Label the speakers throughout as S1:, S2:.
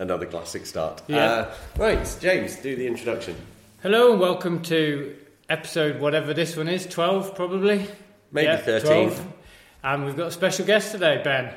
S1: Another classic start.
S2: Yeah.
S1: Uh, right, James, do the introduction.
S2: Hello and welcome to episode whatever this one is, 12 probably.
S1: Maybe 13.
S2: And we've got a special guest today, Ben.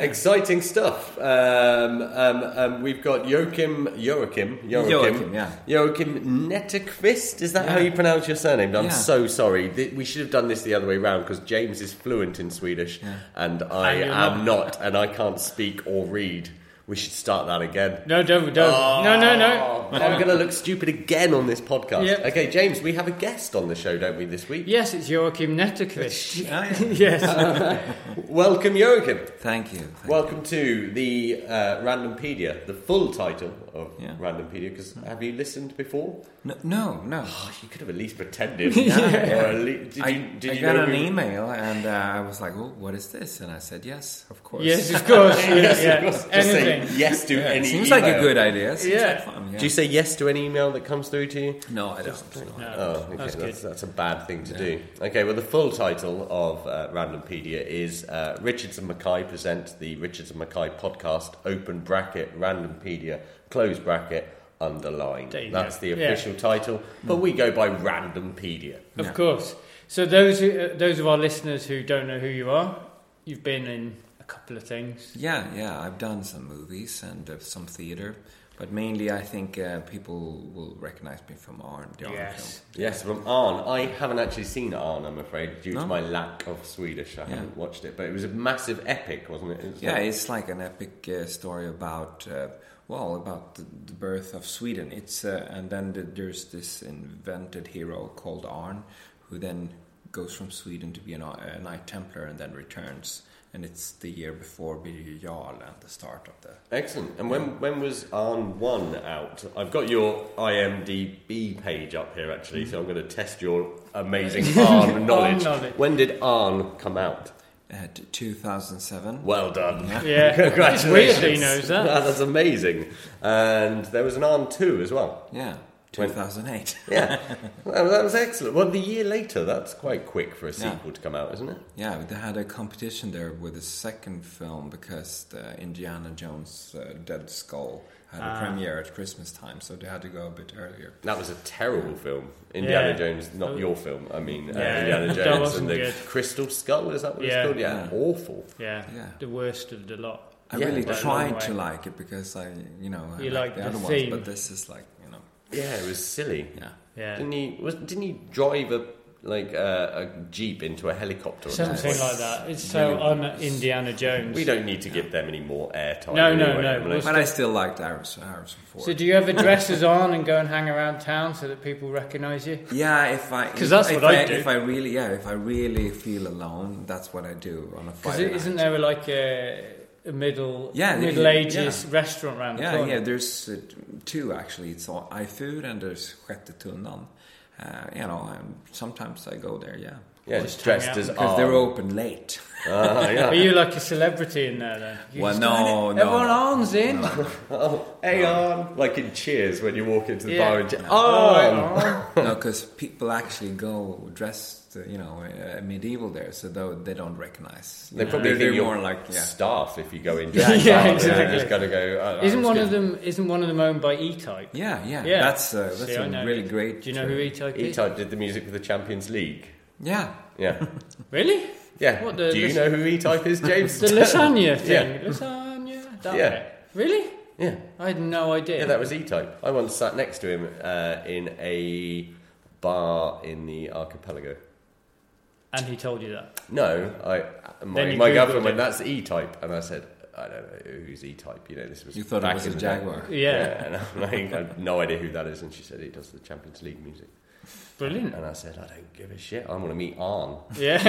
S1: Exciting stuff. Um, um, um, we've got Joachim, Joachim, Joachim,
S3: Joachim, yeah.
S1: Joachim Nettekvist. Is that how you pronounce your surname? I'm
S3: Yeah.
S1: so sorry. Th- We should have done this the other way round because James is fluent in Swedish and I
S2: And you're
S1: am not, and I can't speak or read. We should start that again.
S2: No, don't, don't. No, no, no.
S1: Now we're going to look stupid again on this podcast.
S2: Yep.
S1: Okay, James, we have a guest on the show, don't we, this week?
S2: Yes, it's Joachim Nettekvist.
S3: Oh, yeah.
S2: yes.
S1: Welcome, Joachim.
S3: Thank you. Thank
S1: Welcome to the uh, Randompedia, the full title of
S3: Yeah.
S1: Randompedia. Because have you listened before?
S3: you. No, no. no.
S1: Oh, you could have at least pretended.
S3: Yeah.
S1: Or at lea- did you,
S3: I,
S1: did
S3: I
S1: you
S3: got
S1: know
S3: an
S1: we-
S3: email and uh, I was like, oh, what is this? And I said, yes, of course.
S2: yes, of course. Yeah,
S1: Yes,
S2: yeah.
S1: of course. Just say
S2: Anything.
S1: yes to
S3: Yeah, it
S1: any.
S3: seems
S1: email.
S3: like a good idea. Seems
S2: Yeah.
S3: like fun, yeah.
S1: Do you say yes to any email that comes through to you?
S3: no, I don't.
S2: No,
S1: Oh,
S2: that's
S1: okay, that's,
S2: good.
S1: that's, a bad thing to do. Okay, well, the full title of uh, Randompedia is uh, Richardson Mackay presents the Richardson Mackay podcast, open bracket, Randompedia, close bracket, underline.
S2: There you
S1: That's
S2: go.
S1: the
S2: Yeah.
S1: official title, but we go by Randompedia.
S2: Of course. So those who, uh, those of our listeners who don't know who you are, you've been in a couple of things.
S3: Yeah, yeah. I've done some movies and uh, some theater, but mainly I think uh, people will recognize me from Arn. The Arn
S2: Yes.
S1: Yes, from Arn. I haven't actually seen Arn, I'm afraid, due to
S3: No?
S1: my lack of Swedish. I haven't watched it, but it was a massive epic, wasn't it? It was
S3: Yeah,
S1: like-
S3: it's like an epic uh, story about uh, well, about the, the birth of Sweden. It's uh, and then the, there's this invented hero called Arn, who then goes from Sweden to be an, uh, a Knight Templar and then returns. And it's the year before Birger Jarl and the start of the.
S1: Excellent. And when when was Arn One out? I've got your IMDb page up here actually, so I'm going to test your amazing Arn knowledge.
S2: knowledge.
S1: When did Arn come out?
S3: Uh, t- 2007.
S1: Well done.
S2: Yeah.
S1: Congratulations.
S2: It's weird that he knows that.
S1: Ah, that's amazing. And there was an Arn Two as well.
S3: Yeah, 2008.
S1: Yeah, well, that was excellent. Well, the year later, that's quite quick for a
S3: Yeah.
S1: sequel to come out, isn't it?
S3: Yeah, they had a competition there with the second film because the Indiana Jones uh, Dead Skull had a premiere at Christmas time, so they had to go a bit earlier.
S1: That was a terrible film. Indiana
S2: Yeah. Uh,
S1: Jones, not your film. I mean,
S2: Yeah,
S1: uh, Indiana
S2: that
S1: Jones
S2: wasn't
S1: and the
S2: good.
S1: Crystal Skull. Is that what
S2: Yeah.
S1: it's called? Yeah,
S3: Yeah.
S1: awful.
S2: Yeah.
S3: Yeah.
S2: The worst of the lot.
S3: I
S1: Yeah,
S3: really
S1: but-
S3: tried to like it because I, you know, I
S2: You like
S3: like the,
S2: the
S3: other
S2: theme.
S3: ones, but this is like, you know,
S1: Yeah, it was silly.
S3: yeah.
S2: Yeah.
S1: Didn't he? Was, didn't he drive a like a, a jeep into a helicopter? Or something?
S2: Something like that. It's so un Indiana Jones.
S1: We don't need to give them any more airtime.
S2: No, no,
S1: anyway.
S2: no.
S1: I mean,
S2: We'll
S3: But I still liked Harrison, Harrison Ford.
S2: So do you ever dress as on and go and hang around town so that people recognise you?
S3: yeah, if I
S2: 'Cause
S3: if-
S2: that's
S3: if
S2: what I do.
S3: If I really, yeah, if I really feel alone, that's what I do on a
S2: Because
S3: Friday. night.
S2: isn't there like a, a middle
S3: Yeah, the-
S2: middle ages
S3: yeah.
S2: restaurant round the
S3: Yeah,
S2: corner?
S3: yeah. There's uh, two actually. It's all iFood and there's Sjätte Tunnan. Uh, you know, um, sometimes I go there. Yeah,
S1: yeah, just dressed
S2: out
S1: as
S2: because
S3: because they're
S1: Arn.
S3: open late.
S1: Ah, yeah.
S2: Are Oh. you like a celebrity in there then? You
S3: Well,
S2: just done
S3: no,
S2: it.
S3: no.
S2: Everyone arms in.
S1: Oh, Aeon! Like in Cheers when you walk into the
S2: Yeah. Oh.
S1: bar and Oh. you, Aeon!
S3: no, because people actually go dressed, uh, you know, uh, medieval there, so though they don't recognize.
S1: They probably
S3: they're,
S1: think
S3: they're
S1: you're
S3: more like yeah.
S1: staff if you go in.
S2: Yeah,
S1: dressed
S2: yeah,
S1: up. They're
S2: exactly.
S1: just gonna go. "Oh,
S2: Isn't
S1: I'm
S2: one
S1: just
S2: of them? Isn't one of them owned by E-Type?
S3: yeah, yeah,
S2: Yeah.
S3: That's uh, that's
S2: See, I know
S3: a really
S2: it.
S3: great. uh,
S2: Do you know who E-Type
S1: gonna-"
S2: is?
S1: E-Type did the music for the Champions League.
S3: Yeah,
S1: Yeah,
S2: Really?
S1: yeah.
S2: What, the
S1: Do you
S2: lis-
S1: know who E-Type is, James?
S2: The lasagna thing.
S1: Yeah.
S2: Lasagna. That
S1: Yeah.
S2: bit. Really?
S1: yeah,
S2: I had no idea.
S1: yeah. That was E-Type. I once sat next to him uh, in a bar in the archipelago.
S2: and he told you that.
S1: No, I my,
S2: you
S1: my
S2: Googled
S1: government
S2: it.
S1: went, that's E-Type, and I said, I don't know who's E-Type. You know, this was
S3: you thought
S1: back
S3: it was
S1: in
S3: a
S1: the day.
S3: jaguar.
S2: Yeah.
S1: and I'm like, I have no idea who that is. And she said, he does the Champions League music.
S2: Brilliant.
S1: And I said, I don't give a shit. I want to meet Arn.
S2: Yeah.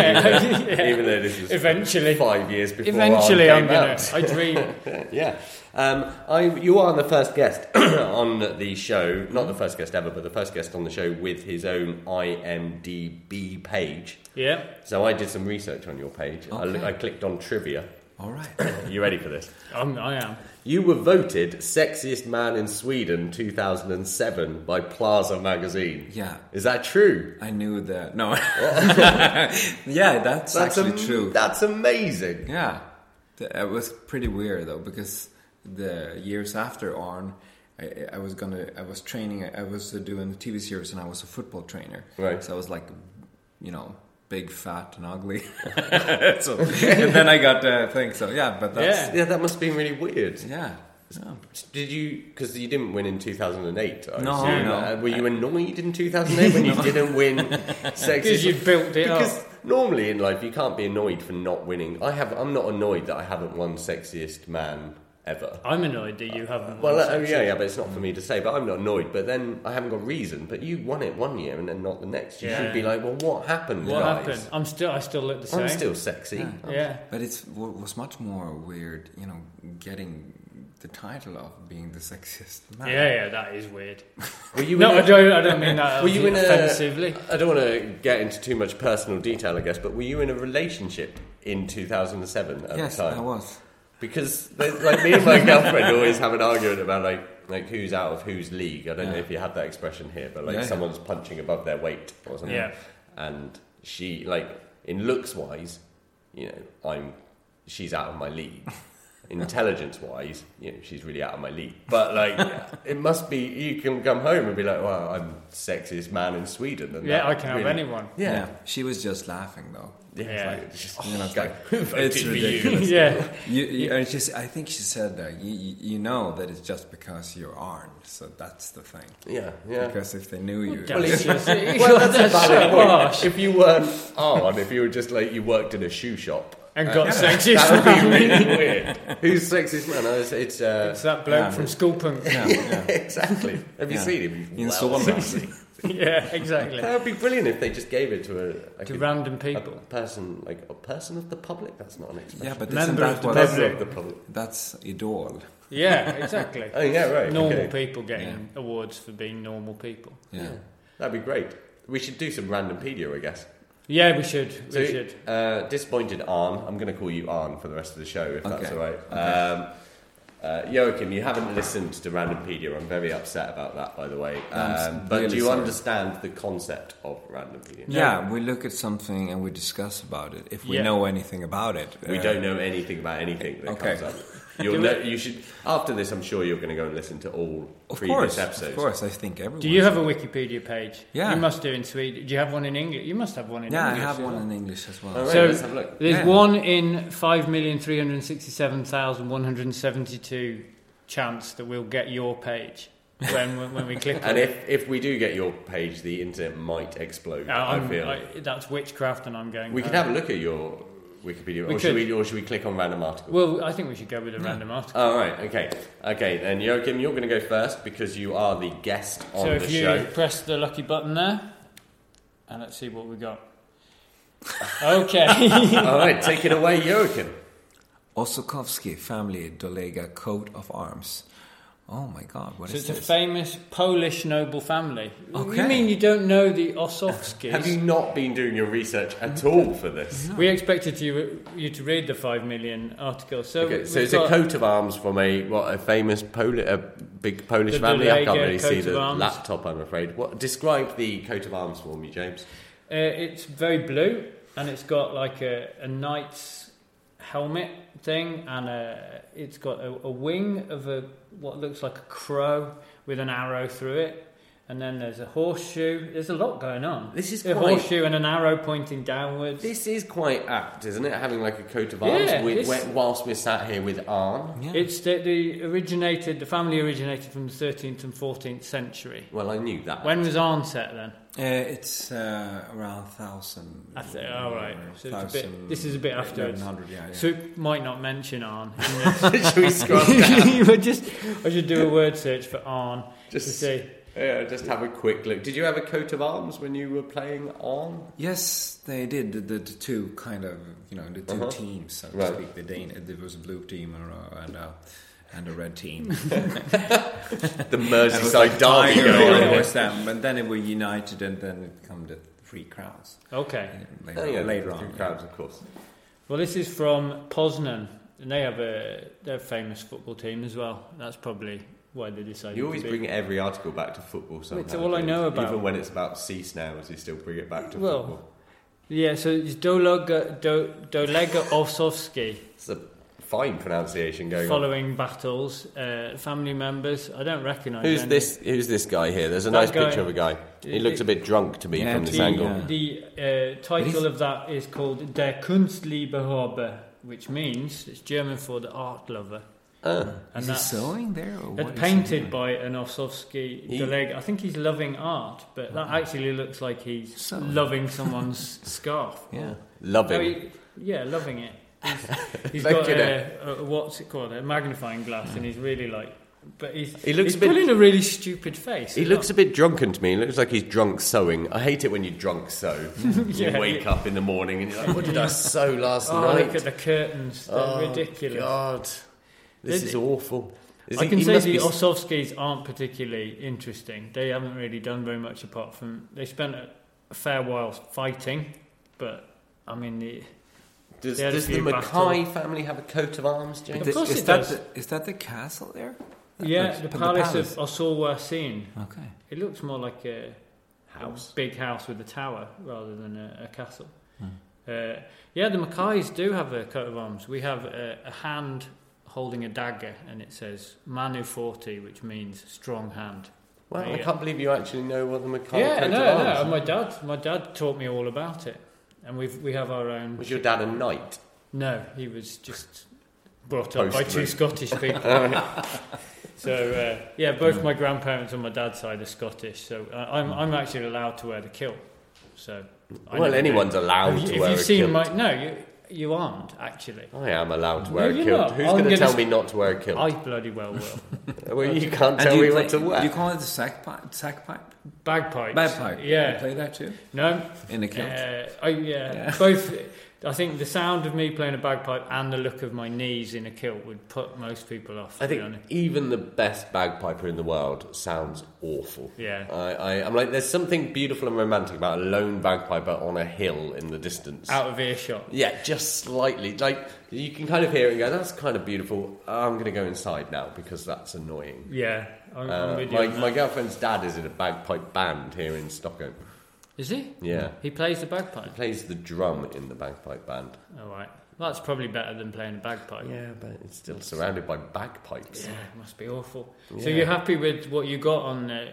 S1: Even though this was
S2: Eventually.
S1: five years before
S2: Eventually, I'm
S1: Arn came
S2: gonna.
S1: out.
S2: I dream.
S1: yeah. Um, I, you are the first guest on the show, not the first guest ever, but the first guest on the show with his own IMDb page.
S2: Yeah.
S1: So I did some research on your page. I, look,
S3: Okay.
S1: I clicked on trivia.
S3: All right.
S1: Are you ready for this?
S2: I'm, I am.
S1: You were voted sexiest man in Sweden 2007 by Plaza magazine.
S3: Yeah.
S1: Is that true?
S3: I knew that. No. yeah, that's, actually
S1: am-
S3: true.
S1: That's amazing.
S3: Yeah, Th- it was pretty weird though because the years after Arn, I, I was gonna, I was training, I was doing TV series, and I was a football trainer.
S1: Right.
S3: So I was like, you know, big, fat, and ugly. so, and then I got the thing. So yeah, but that's
S1: Yeah, that must have been really weird.
S3: yeah. yeah.
S1: Did you? Because you didn't win in 2008. I
S3: No,
S1: assume.
S3: no.
S1: Uh, were you annoyed in 2008 when you didn't win? sexiest?
S2: Because you built it up.
S1: Because normally in life you can't be annoyed for not winning. I have. I'm not annoyed that I haven't won sexiest man ever.
S2: I'm annoyed that you haven't.
S1: Well,
S2: won
S1: uh,
S2: sex
S1: yeah, yeah, but it's not for me to say. But I'm not annoyed. But then I haven't got reason. But you won it one year and then not the next. You
S2: Yeah.
S1: should be like, well, what happened?
S2: What
S1: guys?
S2: happened? I'm still. I still look the same.
S1: I'm still sexy.
S2: Yeah.
S3: But it's wa- was much more weird, you know, getting the title of being the sexiest man.
S2: Yeah, yeah, that is weird.
S1: Were you
S2: No,
S1: in
S2: I
S1: a-
S2: don't. I don't mean uh, that.
S1: Were you in a,
S2: offensively?
S1: I don't want to get into too much personal detail, I guess, but were you in a relationship in 2007 at
S3: Yes,
S1: the time?
S3: I was.
S1: Because there's- like me and my girlfriend always have an argument about like like who's out of whose league. I don't know if you have that expression here, but like
S3: Yeah, yeah.
S1: someone's punching above their weight or something.
S2: Yeah.
S1: And she like in looks wise, you know, I'm she's out of my league. Intelligence wise, you know, she's really out of my league. But like it must be you can come home and be like, Well, I'm sexiest man in Sweden and
S2: Yeah,
S1: that
S2: I can have
S1: really-
S2: anyone.
S1: Yeah.
S3: She was just laughing though.
S1: Yeah, Oh, it's
S2: Yeah.
S1: like, it's just,
S3: You know, it's
S1: like,
S3: like,
S1: who voted
S3: it's
S1: for you?
S3: ridiculous.
S2: yeah,
S3: You, you, and she, s- I think she said that you, you you know that it's just because you're Arn, so that's the thing.
S1: Yeah, yeah.
S3: Because if they knew you,
S2: Well, it's just-
S1: Well, that's, a valid
S2: so
S1: point.
S2: harsh.
S1: If you weren't on, if you were just like you worked in a shoe shop,
S2: and got
S1: that
S2: sexiest.
S1: would be really weird. Who's sexiest man? Oh, It's, it's, uh,
S2: It's that bloke from School Punk.
S3: yeah, yeah.
S1: exactly. Have you
S3: Yeah.
S1: seen him?
S3: In
S1: Well,
S3: Solna.
S1: sexy.
S2: yeah, exactly.
S1: That would be brilliant if they just gave it to a like
S2: To
S1: a,
S2: random
S1: a
S2: people.
S1: person, like a person of the public. That's not an expression.
S3: yeah, but isn't
S2: Member of
S3: that
S2: the
S3: what
S1: Member
S2: public.
S1: of the public.
S3: that's idol?
S2: Yeah, exactly.
S1: Oh yeah, right.
S2: normal
S1: okay.
S2: people getting awards for being normal people.
S3: Yeah.
S1: That'd be great. We should do some randompedia, I guess.
S2: Yeah, we should. We
S1: So,
S2: should.
S1: Uh, disappointed Arn. I'm going to call you Arn for the rest of the show, if that's
S3: Okay.
S1: all right. Um, uh, Joachim, you haven't listened to Randompedia. I'm very upset about that, by the way.
S3: I'm
S1: Um, but
S3: really
S1: do you
S3: sorry.
S1: understand the concept of Randompedia?
S3: Yeah, we look at something and we discuss about it if we
S2: Yeah.
S3: know anything about it.
S1: We
S3: Uh,
S1: don't know anything about anything that
S3: Okay.
S1: comes up. You'll know, you should. After this, I'm sure you're going to go and listen to all
S3: Of
S1: previous
S3: course,
S1: episodes.
S3: of course. I think everyone.
S2: Do you have a Wikipedia page?
S3: Yeah.
S2: You must do in Sweden. Do you have one in English? You must have one in
S3: Yeah, I
S2: English.
S3: have
S2: as
S3: one
S2: well.
S3: in English as well.
S1: All right,
S2: So-
S1: let's have a look.
S2: There's
S3: Yeah.
S2: one in 5,367,172 chance that we'll get your page when, when, when we click on
S1: And
S2: it.
S1: if, if we do get your page, the internet might explode.
S2: Uh,
S1: I
S2: I'm-
S1: feel
S2: I- that's witchcraft, and I'm going.
S1: we could
S3: uh,
S2: home.
S1: have a look at your Wikipedia,
S2: We
S1: or
S2: could.
S1: should we, or should we click on random article?
S2: Well, I think we should go with a random article.
S1: All right, okay, okay. Then Joachim, you're going to go first because you are the guest on
S2: so
S1: the
S2: if you
S1: show.
S2: press the lucky button there, and let's see what we got. Okay.
S1: All right, take it away, Joachim.
S3: Osokovsky family Dolega coat of arms. Oh my god, What
S2: So
S3: is
S2: it's a
S3: this?
S2: famous Polish noble family.
S3: Okay.
S2: You mean you don't know the Osowskis?
S1: Have you not been doing your research at all for this?
S2: We expected you you to read the five million article. So,
S1: Okay, so
S2: we've
S1: it's a
S2: got-
S1: coat of arms from a what a famous Poli- a big Polish
S2: The
S1: family. I can't
S2: Delegia
S1: really see
S2: coat
S1: the
S2: of arms.
S1: laptop. I'm afraid. What describe the coat of arms for me, James?
S2: Uh, it's very blue, and it's got like a, a knight's helmet thing, and a, it's got a, a wing of a what looks like a crow with an arrow through it, and then there's a horseshoe. There's a lot going on.
S1: This is
S2: a
S1: quite-
S2: horseshoe and an arrow pointing downwards.
S1: This is quite apt, isn't it? Having like a coat of arms
S2: Yeah,
S1: with,
S2: it's-
S1: wh- whilst we're sat here with arm.
S3: Yeah.
S2: It's the, the originated. The family originated from the 13th and 14th century.
S1: Well, I knew that.
S2: When was Arn set then?
S3: Uh, it's uh, around thousand. uh,
S2: I think, all right. So it's a bit,
S3: 1,000,
S2: this is a bit afterwards.
S3: 1100, yeah, yeah.
S2: So it might not mention Arn.
S1: Should we scroll down?
S2: you were just, I should do a word search for Arn
S1: Just-
S2: to see.
S1: Yeah, just have a quick look. Did you have a coat of arms when you were playing on?
S3: Yes, they did. The, the two kind of, you know, the 2
S1: Uh-huh.
S3: teams, so to
S1: Right.
S3: speak. The Dan- there was a blue team and a, and a, and a red team.
S1: The
S3: And it was
S1: Merseyside Derby
S3: Tiger
S1: going
S3: and
S1: on.
S3: West Ham, but then it were united, and then it come the three crowds
S2: Okay.
S3: later,
S1: Oh, yeah,
S3: later
S1: the
S3: on.
S1: two crowds, of course.
S2: Well, this is from Poznan, and they have a they're a famous football team as well. That's probably why they decided.
S1: You always
S2: to be.
S1: bring every article back to football somehow.
S2: It's all I
S1: don't
S2: know
S1: you?
S2: about.
S1: Even when it's about sea snails, you still bring it back to
S2: Well-
S1: football.
S2: Yeah. So it's Dolega Do, Dolega Osowski.
S1: It's a fine pronunciation going on.
S2: Following battles, uh, family members. I don't recognise.
S1: Who's
S2: any.
S1: this? Who's this guy here? There's a
S2: That
S1: nice
S2: guy.
S1: picture of a guy. He looks a bit drunk to me
S3: Yeah,
S1: from this
S3: he-
S1: angle.
S3: yeah.
S2: The uh, title of that is called Der Kunstliebhaber, which means it's German for the art lover.
S1: Ah.
S2: And
S3: Is he
S2: that's
S3: sewing there? Or what
S2: that's
S3: is he
S2: painted
S3: doing?
S2: by an Osovsky
S1: He-
S2: Deleg. I think he's loving art, but that actually looks like he's
S3: So-
S2: loving someone's scarf.
S3: Yeah.
S1: Loving.
S2: No, he- yeah, loving it. He's, he's got
S1: Looking
S2: a, a, what's it called? A magnifying glass, and he's really like. But he's
S1: He looks
S2: he's
S1: a bit-
S2: pulling a really stupid face.
S1: He
S2: as
S1: looks a bit drunken to me. He looks like he's drunk sewing. I hate it when you drunk sew.
S2: Yeah.
S1: you wake up in the morning and you're like, what did I sew last
S2: well. Oh,
S1: night?
S2: look at the curtains! They're
S1: Oh,
S2: ridiculous.
S1: God. This
S2: It-
S1: is awful. Is
S2: I
S1: he-
S2: can
S1: he
S2: say
S1: must
S2: the
S1: be-
S2: Osovskis aren't particularly interesting. They haven't really done very much apart from they spent a, a fair while fighting, but I mean, the,
S1: Does,
S2: they had a
S1: does the
S2: few
S1: Mackay
S2: battles.
S1: family have a coat of arms, James?
S2: Of
S3: Th-
S2: course
S3: is
S2: it
S3: that
S2: does.
S3: The, is that the castle there? That
S2: yeah,
S3: looks-
S2: the
S3: but
S2: palace, of Osawa Sin.
S3: Okay.
S2: It looks more like a
S1: House. Hmm.
S2: a big house with a tower rather than a, a castle. Uh, yeah, the Mackays do have a coat of arms. We have a, a hand holding a dagger, and it says "Manu Forti," which means strong hand.
S1: Well,
S2: There
S1: I
S2: you
S1: can't believe you actually know what the Mackay
S2: Yeah,
S1: coat
S2: no,
S1: of arms
S2: no.
S1: is.
S2: My dad, my dad taught me all about it, and we we have our own.
S1: Was your dad a knight?
S2: No, he was just brought up by
S1: Postman.
S2: two Scottish people. so uh, yeah, both my grandparents on my dad's side are Scottish, so I, I'm I'm actually allowed to wear the kilt. So I
S1: Hmm. well,
S2: never
S1: anyone's
S2: do.
S1: allowed
S2: Have you-
S1: to
S2: have
S1: wear
S2: you
S1: a
S2: seen
S1: kilt. Oh.
S2: my? No, you you aren't actually.
S1: I am allowed to wear a
S2: you're
S1: kilt.
S2: not.
S1: Who's
S2: I'm
S1: going to
S2: gonna
S1: tell
S2: s-
S1: me not to wear a kilt?
S2: I bloody well will.
S1: well, you can't
S3: And
S1: tell
S3: do
S1: me
S3: you
S1: what to
S3: play-
S1: wear.
S3: Do you call it the sack pipe? Sack pipe?
S2: Bagpipes.
S3: Bagpipe. You
S2: Yeah.
S3: play that too?
S2: No.
S3: In the
S2: Uh,
S3: kilt?
S2: oh yeah. Both. I think the sound of me playing a bagpipe and the look of my knees in a kilt would put most people off. To
S1: I think
S2: Be honest.
S1: even the best bagpiper in the world sounds awful.
S2: Yeah.
S1: I, I, I'm like, there's something beautiful and romantic about a lone bagpiper on a hill in the distance.
S2: Out of earshot.
S1: Yeah, just slightly. Like, you can kind of hear it and go, that's kind of beautiful. I'm going to go inside now because that's annoying.
S2: Yeah, I'm, I'm
S1: Uh,
S2: with you.
S1: my,
S2: on that.
S1: my girlfriend's dad is in a bagpipe band here in Stockholm.
S2: Is he?
S1: Yeah.
S2: He plays the bagpipe.
S1: Plays the drum in the bagpipe band.
S2: All right. That's probably better than playing the bagpipe.
S1: Yeah, but it's still surrounded by bagpipes.
S2: Yeah, it must be awful. So
S1: Yeah.
S2: you're happy with what you got on uh,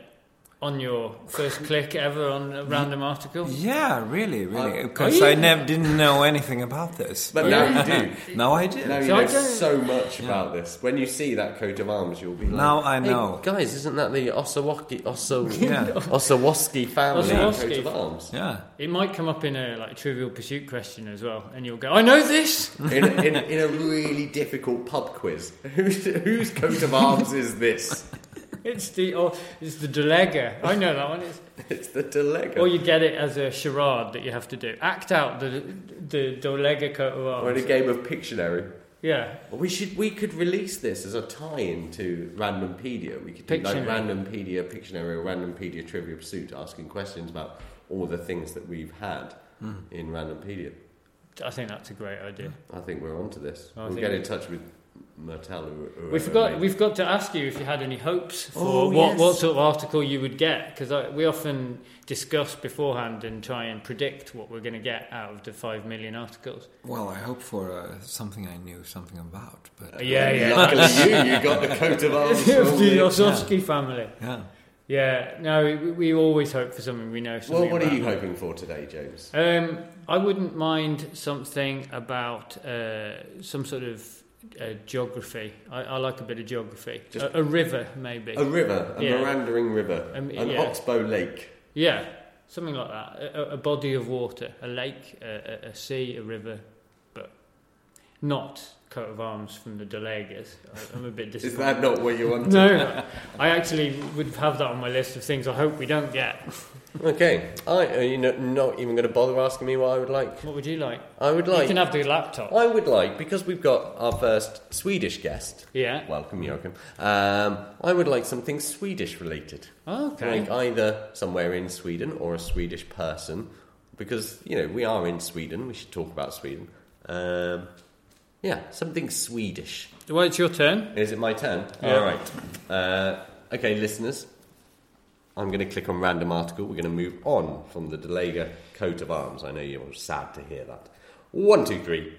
S2: on your first click ever on a random article?
S3: yeah, really, really.
S1: Uh,
S3: Because I never didn't know anything about this.
S1: But now you do.
S3: now I do.
S1: Now you
S2: So I
S1: know
S2: don't-
S1: so much about this. When you see that coat of arms, you'll be like,
S3: Now I
S1: "Hey,
S3: know."
S1: guys, isn't that the Osawoski Oso
S3: Yeah.
S1: Osawoski family
S2: Osawoski.
S1: coat of arms?
S3: Yeah.
S2: It might come up in a like Trivial Pursuit question as well, and you'll go, "I know this."
S1: In, in, in a really difficult pub quiz, whose whose coat of arms is this?
S2: It's the or it's the Delega. I know that one. It's,
S1: It's the Delega.
S2: or you get it as a charade that you have to do. Act out the the Delega coat of
S1: or in a
S2: arms.
S1: game of Pictionary.
S2: Yeah,
S1: Well, we should we could release this as a tie-in to Randompedia. We could do like
S2: Pictionary.
S1: Randompedia Pictionary or Randompedia Trivia Pursuit, asking questions about all the things that we've had in Randompedia.
S2: I think that's a great idea.
S1: I think we're onto this.
S2: I
S1: we'll
S2: think-
S1: get in touch with Mertel. Or, or
S2: We've got we've got to ask you if you had any hopes for
S1: Oh,
S2: what
S1: yes.
S2: what sort of article you would get because we often discuss beforehand and try and predict what we're going to get out of the five million articles.
S3: Well, I hope for uh, something I knew something about, but
S2: Uh, yeah, yeah.
S1: Luckily, you you got the coat of arms.
S2: the
S1: for all the-
S2: Osowski family.
S3: yeah.
S2: Yeah, no, we, we always hope for something we know. Something
S1: Well, what are
S2: about.
S1: you hoping for today, James?
S2: Um, I wouldn't mind something about uh, some sort of uh, geography. I, I like a bit of geography.
S1: Just-
S2: a, a river, maybe.
S1: A river, a
S2: Yeah.
S1: Mirandering river,
S2: Um,
S1: an
S2: yeah.
S1: oxbow lake.
S2: yeah, something like that. A, a- a body of water, a lake, a, a, a sea, a river, but not coat of arms from the Delegas. I- I'm a bit disappointed.
S1: Is that not what you want?
S2: no, I actually would have that on my list of things I hope we don't get.
S1: Okay, I are you not, not even going to bother asking me what I would like?
S2: What would you like?
S1: I would
S2: you
S1: like.
S2: can have the laptop.
S1: I would like because we've got our first Swedish guest.
S2: Yeah.
S1: Welcome, Joachim. Um, I would like something Swedish related.
S2: Okay.
S1: Like either somewhere in Sweden or a Swedish person, because you know we are in Sweden. We should talk about Sweden. Um, yeah, something Swedish.
S2: Well, it's your turn.
S1: Is it my turn?
S2: Yeah.
S1: All right. Uh, okay, listeners. I'm going to click on random article. We're going to move on from the Delega coat of arms. I know you were sad to hear that. One, two, three.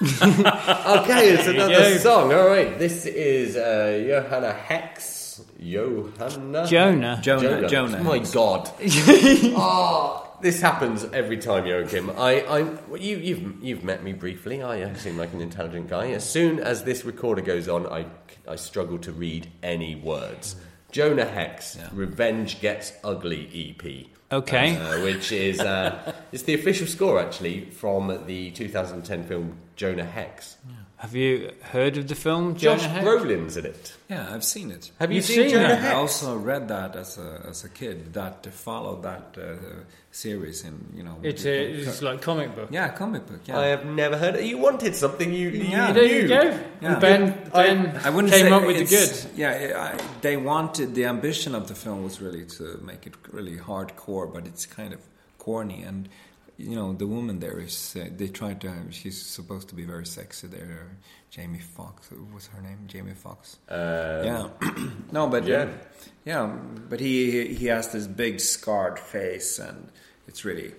S1: okay, it's another
S2: go.
S1: song. All right, this is uh, Johanna Hex. Johanna
S2: Jonah.
S3: Jonah. Jonah.
S1: My God. oh, this happens every time, Joachim. I, I, well, you, you've, you've met me briefly. I uh, seem like an intelligent guy. As soon as this recorder goes on, I, I struggle to read any words. Jonah Hex, Revenge Gets Ugly EP.
S2: Okay.
S1: Uh, which is uh, it's the official score actually from the 2010 film Jonah Hex.
S2: Have you heard of the film
S1: Josh
S2: Jonah Hex?
S1: Brolin's in it.
S3: Yeah, I've seen it.
S1: Have you
S2: You've
S1: seen,
S2: seen
S1: Jonah
S2: that?
S1: Hex?
S3: I also read that as a as a kid that to follow that uh, series in you know
S2: It's a, it's like comic book.
S3: yeah comic book yeah
S1: I have never heard. It. You wanted something you, you
S3: Yeah.
S2: There you
S1: knew.
S2: go.
S3: Yeah.
S2: Ben,
S1: I-
S2: ben
S3: I wouldn't
S2: came
S3: say
S2: up with the
S3: it's-
S2: goods.
S3: Yeah, I, I- they wanted the ambition of the film was really to make it really hardcore, but it's kind of corny. And you know, the woman there is uh, they tried to. She's supposed to be very sexy there. Jamie Fox was her name. Jamie Fox. yeah. no, but
S1: yeah.
S3: yeah, yeah. But he he has this big scarred face, and it's really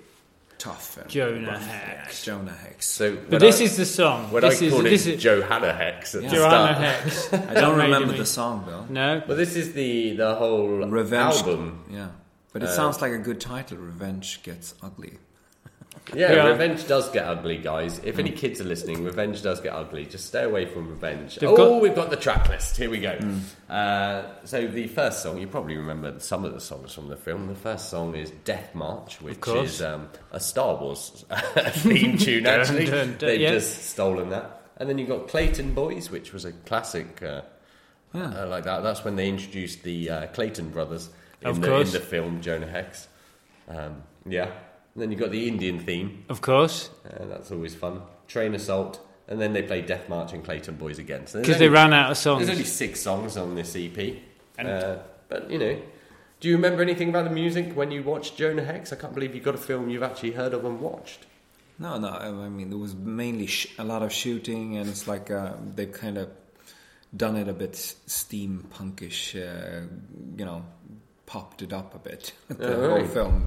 S3: tough. And
S2: Jonah
S3: rough.
S2: Hex.
S3: Yeah, Jonah Hex.
S1: So,
S2: But this is the song.
S1: When
S2: this
S1: I
S2: is,
S1: called
S2: this
S1: it
S2: is
S1: Johanna Hex at the
S2: Joanna
S1: start.
S2: Hex.
S3: I don't
S2: That made
S3: remember
S2: me-
S3: the song though.
S2: No.
S1: Well, this is the the whole
S3: Revenge.
S1: album.
S3: Yeah. Uh, But it sounds like a good title. Revenge gets ugly.
S1: Yeah,
S2: Yeah.
S1: Revenge does get ugly, guys. If any kids are listening, Revenge does get ugly. Just stay away from Revenge.
S2: They've
S1: oh,
S2: got-
S1: we've got the track list. Here we go. Uh, so the first song, you probably remember some of the songs from the film. The first song is Death March, which
S2: course.
S1: is um, a Star Wars uh, theme tune. Actually,
S2: Dun, dun, dun,
S1: they've
S2: yeah.
S1: just stolen that. And then you've got Clayton Boys, which was a classic. Uh, uh, like that. That's when they introduced the uh, Clayton brothers in,
S2: Of
S1: the,
S2: course.
S1: in the film Jonah Hex. Um, yeah. And then you've got the Indian theme,
S2: Of course.
S1: and that's always fun. Train Assault, and then they play Death March and Clayton Boys again. So there's
S2: Because they
S1: only-
S2: ran out of
S1: There's
S2: songs.
S1: only six songs on this EP. Uh, but, you know, do you remember anything about the music when you watched Jonah Hex? I can't believe you got a film you've actually heard of and watched.
S3: No, no. I I mean, there was mainly sh- a lot of shooting, and it's like uh, they've kind of done it a bit s- steampunkish. Uh, you know, popped it up a bit. the
S1: Oh,
S3: whole
S1: right.
S3: film.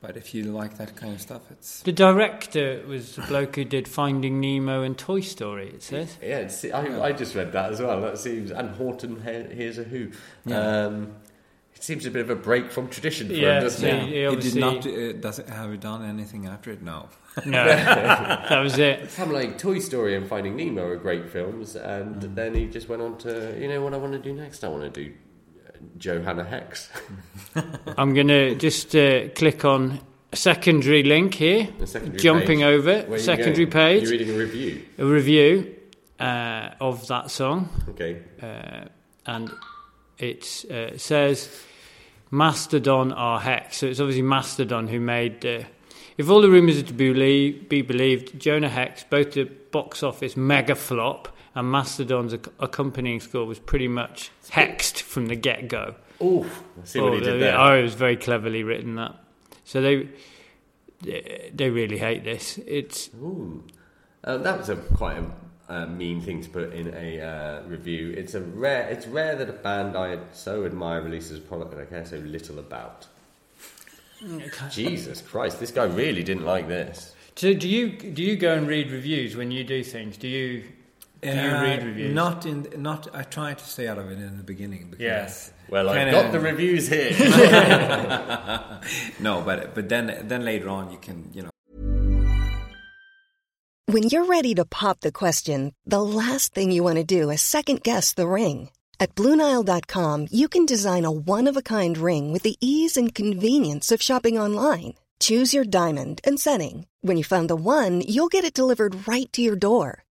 S3: But if you like that kind of stuff, it's
S2: The director was the bloke who did Finding Nemo and Toy Story, it says.
S1: Yeah, it's, I, I just read that as well. That seems and Horton He- Here's a Who. Um, it seems a bit of a break from tradition for
S2: Yeah,
S1: him, doesn't
S2: yeah.
S1: it?
S2: He
S3: it did
S2: obviously-
S3: not. Uh, does it, have it done anything after it? No.
S2: No. that was it.
S1: Some like Toy Story and Finding Nemo are great films, and
S2: Mm.
S1: then he just went on to, you know, what I want to do next? I want to do uh, Johanna Hex.
S2: I'm going to just uh, click on a secondary link here.
S1: The secondary
S2: Jumping
S1: page.
S2: over.
S1: Where are you
S2: secondary
S1: going?
S2: page.
S1: You're reading a review.
S2: a review uh, of that song.
S1: Okay.
S2: uh, and it's, uh, it says Mastodon are Hex. So it's obviously Mastodon who made. Uh, If all the rumours are to be, belie- be believed, Jonah Hex, both the box office mega flop and Mastodon's ac- accompanying score, was pretty much hexed from the get go.
S1: Ooh, see what
S2: Oh,
S1: he did
S2: they-
S1: there.
S2: Oh, it was very cleverly written that. So they they- they really hate this. It's
S1: Ooh. Um, that was a quite a, uh mean thing to put in a uh, review. It's a rare. It's rare that a band I so admire releases a product that I care so little about. Jesus Christ! This guy really didn't like this.
S2: so do you do you go and read reviews when you do things? Do you do you
S3: Uh,
S2: read reviews?
S3: Not in not. I tried to stay out of it in the beginning. Because
S2: Yes.
S1: Well, I've
S3: Kinda-
S1: got the reviews here.
S3: No, but but then then later on you can you know
S4: When you're ready to pop the question, the last thing you want to do is second guess the ring. At Bluenile.com, you can design a one of a kind ring with the ease and convenience of shopping online. Choose your diamond and setting. When you find the one, you'll get it delivered right to your door.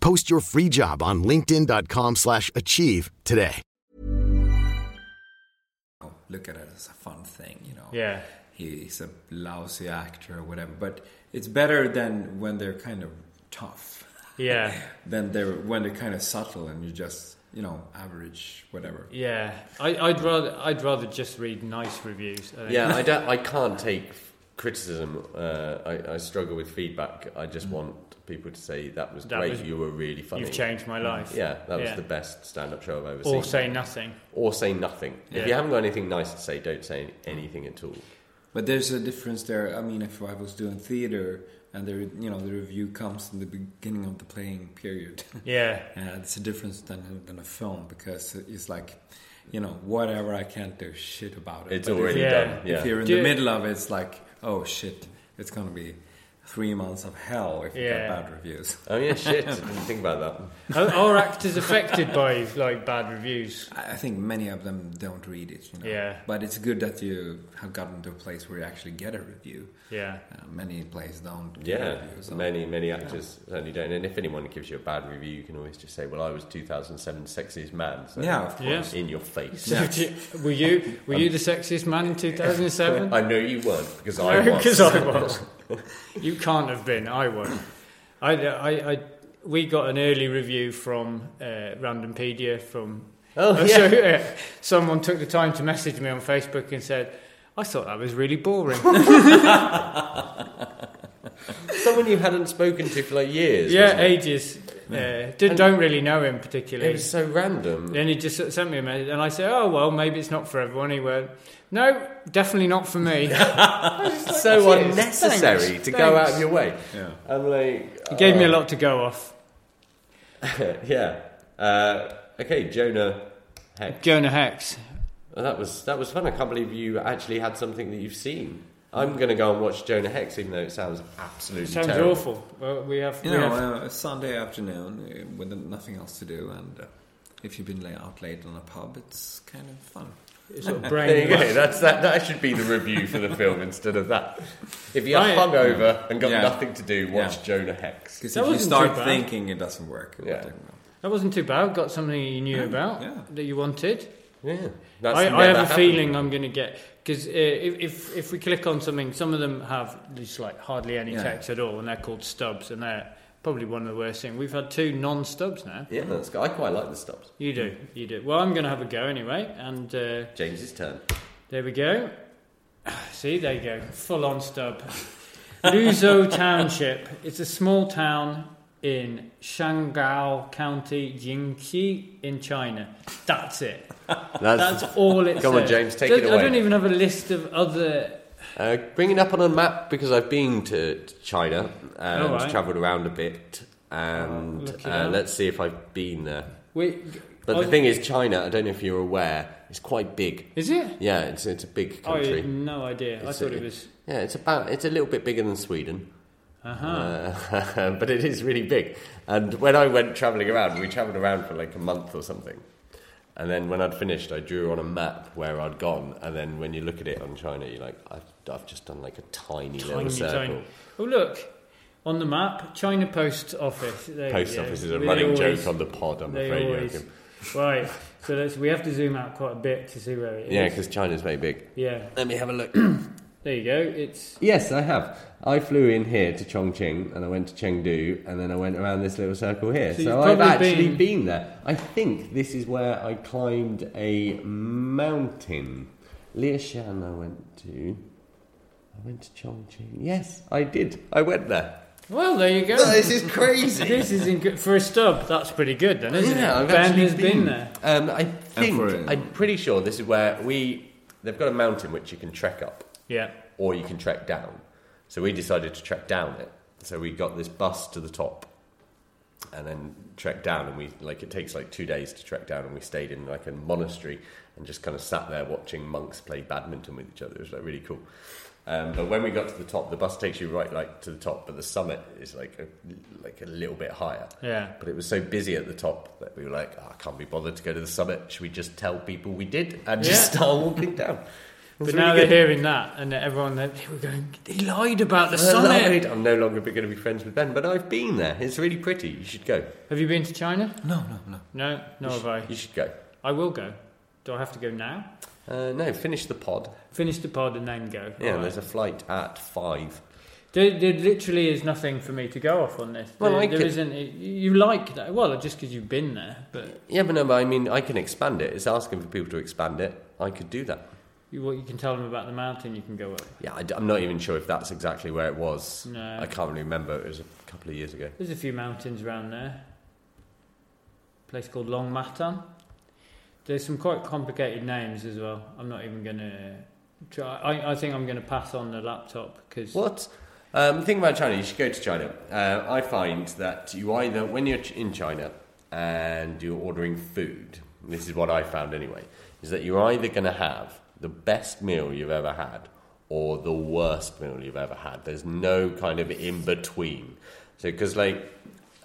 S5: Post your free job on linkedin.com/achieve slash achieve today.
S3: look at it as a fun thing. You know.
S2: Yeah.
S3: He's a lousy actor or whatever, but it's better than when they're kind of tough.
S2: Yeah.
S3: than they're when they're kind of subtle and you're just you know average whatever.
S2: Yeah, I, I'd rather I'd rather just read nice reviews. I think.
S1: yeah, I don't. I can't take criticism. Uh, I, I struggle with feedback. I just want people to say that was
S2: Mm. That
S1: great.
S2: was-
S1: you were really funny.
S2: you've changed my life.
S1: Yeah, that was
S2: Yeah.
S1: the best stand-up show I've ever seen.
S2: Or say nothing.
S1: or say nothing.
S2: Yeah.
S1: If you haven't got anything nice to say, don't say anything at all.
S3: But there's a difference there. I mean, if I was doing theater and the re- you know the review comes in the beginning of the playing period,
S2: Yeah,
S3: uh, it's a difference than than a film because it's like you know whatever I can't do shit about it.
S1: It's
S3: But if-
S1: already
S2: Yeah.
S1: done.
S3: If
S1: Yeah.
S3: you're in
S2: Do
S3: the
S2: you-
S3: middle of it, it's like oh shit, it's gonna be three months of hell if you get
S2: Yeah.
S3: bad reviews.
S1: Oh yeah, shit. I didn't think about that.
S2: are, are actors affected by like bad reviews?
S3: I I think many of them don't read it. You know?
S2: Yeah.
S3: But it's good that you have gotten to a place where you actually get a review.
S2: Yeah,
S3: Uh, many plays don't. Get
S1: Yeah,
S3: Reviews, so-
S1: many many actors certainly don't. And if anyone gives you a bad review, you can always just say, "Well, I was 2007 sexiest man." So
S3: Yeah, of
S2: Yeah.
S3: course.
S1: in your face.
S2: So do you- were you were you the sexiest man in two thousand and seven?
S1: I know you weren't because I was.
S2: Because I was. You can't have been. I was. I, I, I, we got an early review from uh, Randompedia from.
S1: Oh,
S2: uh,
S1: yeah.
S2: So, uh, someone took the time to message me on Facebook and said, "I thought that was really boring."
S1: someone you hadn't spoken to for like years.
S2: yeah,
S1: wasn't it?
S2: ages. Uh, d- don't really know him
S1: it
S2: particularly.
S1: was so random.
S2: Then he just sort of sent me a message, and I said, "Oh well, maybe it's not for everyone." He went, "No, definitely not for me." he
S1: It's so
S2: Cheers.
S1: unnecessary
S2: Thanks.
S1: to go out
S2: Thanks.
S1: of your way.
S3: Yeah.
S1: I'm like,
S2: gave me a
S1: oh.
S2: lot to go off.
S1: yeah. Uh, okay, Jonah. Hex.
S2: Jonah Hex.
S1: Well, Oh, that was that was fun. I can't believe you actually had something that you've seen. I'm going to go and watch Jonah Hex, even though it sounds absolutely
S2: Sounds
S1: terrible.
S2: awful. Well, we have.
S3: You
S2: we
S3: know,
S2: have
S3: uh, Sunday afternoon uh, with nothing else to do, and uh, if you've been lay out late on a pub, it's kind of fun.
S2: sort of
S1: There you
S2: brain.
S1: go. That's that. That should be the review for the film instead of that. If you're
S2: Right.
S1: hungover and got
S3: Yeah.
S1: nothing to do, watch
S3: Yeah.
S1: Jonah Hex.
S3: Because
S2: That
S3: if you
S2: wasn't too
S3: start
S2: bad.
S3: thinking, it doesn't work.
S1: Yeah.
S2: That wasn't too bad. Got something you knew about
S3: yeah.
S2: that you wanted.
S1: Yeah, That's
S2: I, I
S1: never
S2: have a
S1: happened.
S2: feeling I'm going to get because uh, if, if if we click on something, some of them have just like hardly any
S3: Yeah.
S2: text at all, and they're called stubs, and they're probably one of the worst things. We've had two non-stubs now.
S1: Yeah, that's good. I quite like the stops.
S2: You do, you do. Well, I'm going to have a go anyway, and uh,
S1: James's turn.
S2: there we go. See, there you go, full-on stub. Luzo Township. It's a small town in Shanghai County, Jingxi, in China. That's it.
S1: That's,
S2: That's all it
S1: Come on,
S2: says.
S1: James, take
S2: Does-
S1: it away.
S2: I don't even have a list of other
S1: Uh, bringing up on a map because I've been to to China and
S2: All right.
S1: travelled around a bit, and
S2: Look it
S1: uh,
S2: up.
S1: let's see if I've been there.
S2: Wait,
S1: But
S2: oh,
S1: the thing is, China. I don't know if you're aware, it's quite big.
S2: is it?
S1: Yeah, it's it's a big
S2: I
S1: country.
S2: had no idea.
S1: It's
S2: I thought
S1: a-
S2: it was.
S1: Yeah, it's about it's a little bit bigger than Sweden. Uh, but it is really big. And when I went travelling around, we travelled around for like a month or something. And then when I'd finished, I drew on a map where I'd gone. And then when you look at it on China, you're like, I've, I've just done like a tiny,
S2: Tiny,
S1: little circle.
S2: tiny. Oh look, on the map, China Post Office. There you
S1: Post
S2: go.
S1: office is a
S2: They
S1: running
S2: always-
S1: joke on the pod, I'm
S2: they
S1: afraid.
S2: always-
S1: Joachim.
S2: Right, so let's, we have to zoom out quite a bit to see where it is.
S1: Yeah, because China's very big.
S2: Yeah.
S1: Let me have a look.
S2: There you go. It's
S1: yes, I have. I flew in here to Chongqing and I went to Chengdu and then I went around this little circle here.
S2: So
S1: So,
S2: you've
S1: I've
S2: probably
S1: actually
S2: been-
S1: been... there. I think this is where I climbed a mountain. Liashan I went to. I went to Chongqing. Yes, I did. I went there.
S2: well, there you go.
S1: Oh, is crazy.
S2: this is in good, for a stub. That's pretty good, then, isn't
S1: Yeah,
S2: it?
S1: I've
S2: ben
S1: actually
S2: has
S1: been,
S2: been there.
S1: Um, I think
S3: for a-
S1: I'm pretty sure this is where we. They've got a mountain which you can trek up,
S2: Yeah.
S1: or you can trek down. So we decided to trek down it. So we got this bus to the top, and then trekked down. And we like it takes like two days to trek down, and we stayed in like a monastery and just kind of sat there watching monks play badminton with each other. It was like really cool. Um, but when we got to the top, the bus takes you right like to the top, but the summit is like a, like a little bit higher.
S2: Yeah.
S1: But it was so busy at the top that we were like, "Oh, I can't be bothered to go to the summit. Should we just tell people we did and just
S2: Yeah.
S1: start walking down? It
S2: But
S1: was
S2: now
S1: really good.
S2: they're hearing that, and everyone they were going, "He lied about the
S1: Summit.
S2: summit."
S1: I'm no longer going to be friends with Ben, but I've been there. It's really pretty. You should go.
S2: Have you been to China?
S3: No, no, no.
S2: No, no, have I.
S1: You should go.
S2: I will go. Do I have to go now?
S1: Uh, no, finish the pod.
S2: Finish the pod and then go.
S1: Yeah,
S2: Alright.
S1: there's a flight at five.
S2: There, there literally is nothing for me to go off on this.
S1: Well,
S2: there,
S1: I
S2: there
S1: could-
S2: isn't. You like that? Well, just because you've been there, but
S1: Yeah, but no, but I mean, I can expand it. It's asking for people to expand it. I could do that.
S2: you, what you can tell them about the mountain you can go up.
S1: Yeah, I, am not even sure if that's exactly where it was.
S2: No.
S1: I can't really remember. It was a couple of years ago.
S2: There's a few mountains around there. place called Long Matan. There's some quite complicated names as well. I'm not even gonna try. I, I think I'm gonna pass on the laptop because
S1: What? Um, the thing about China, you should go to China. Uh, I find that you either, when you're ch- in China and you're ordering food, this is what I found anyway, is that you're either going to have the best meal you've ever had or the worst meal you've ever had. There's no kind of in between. So, because like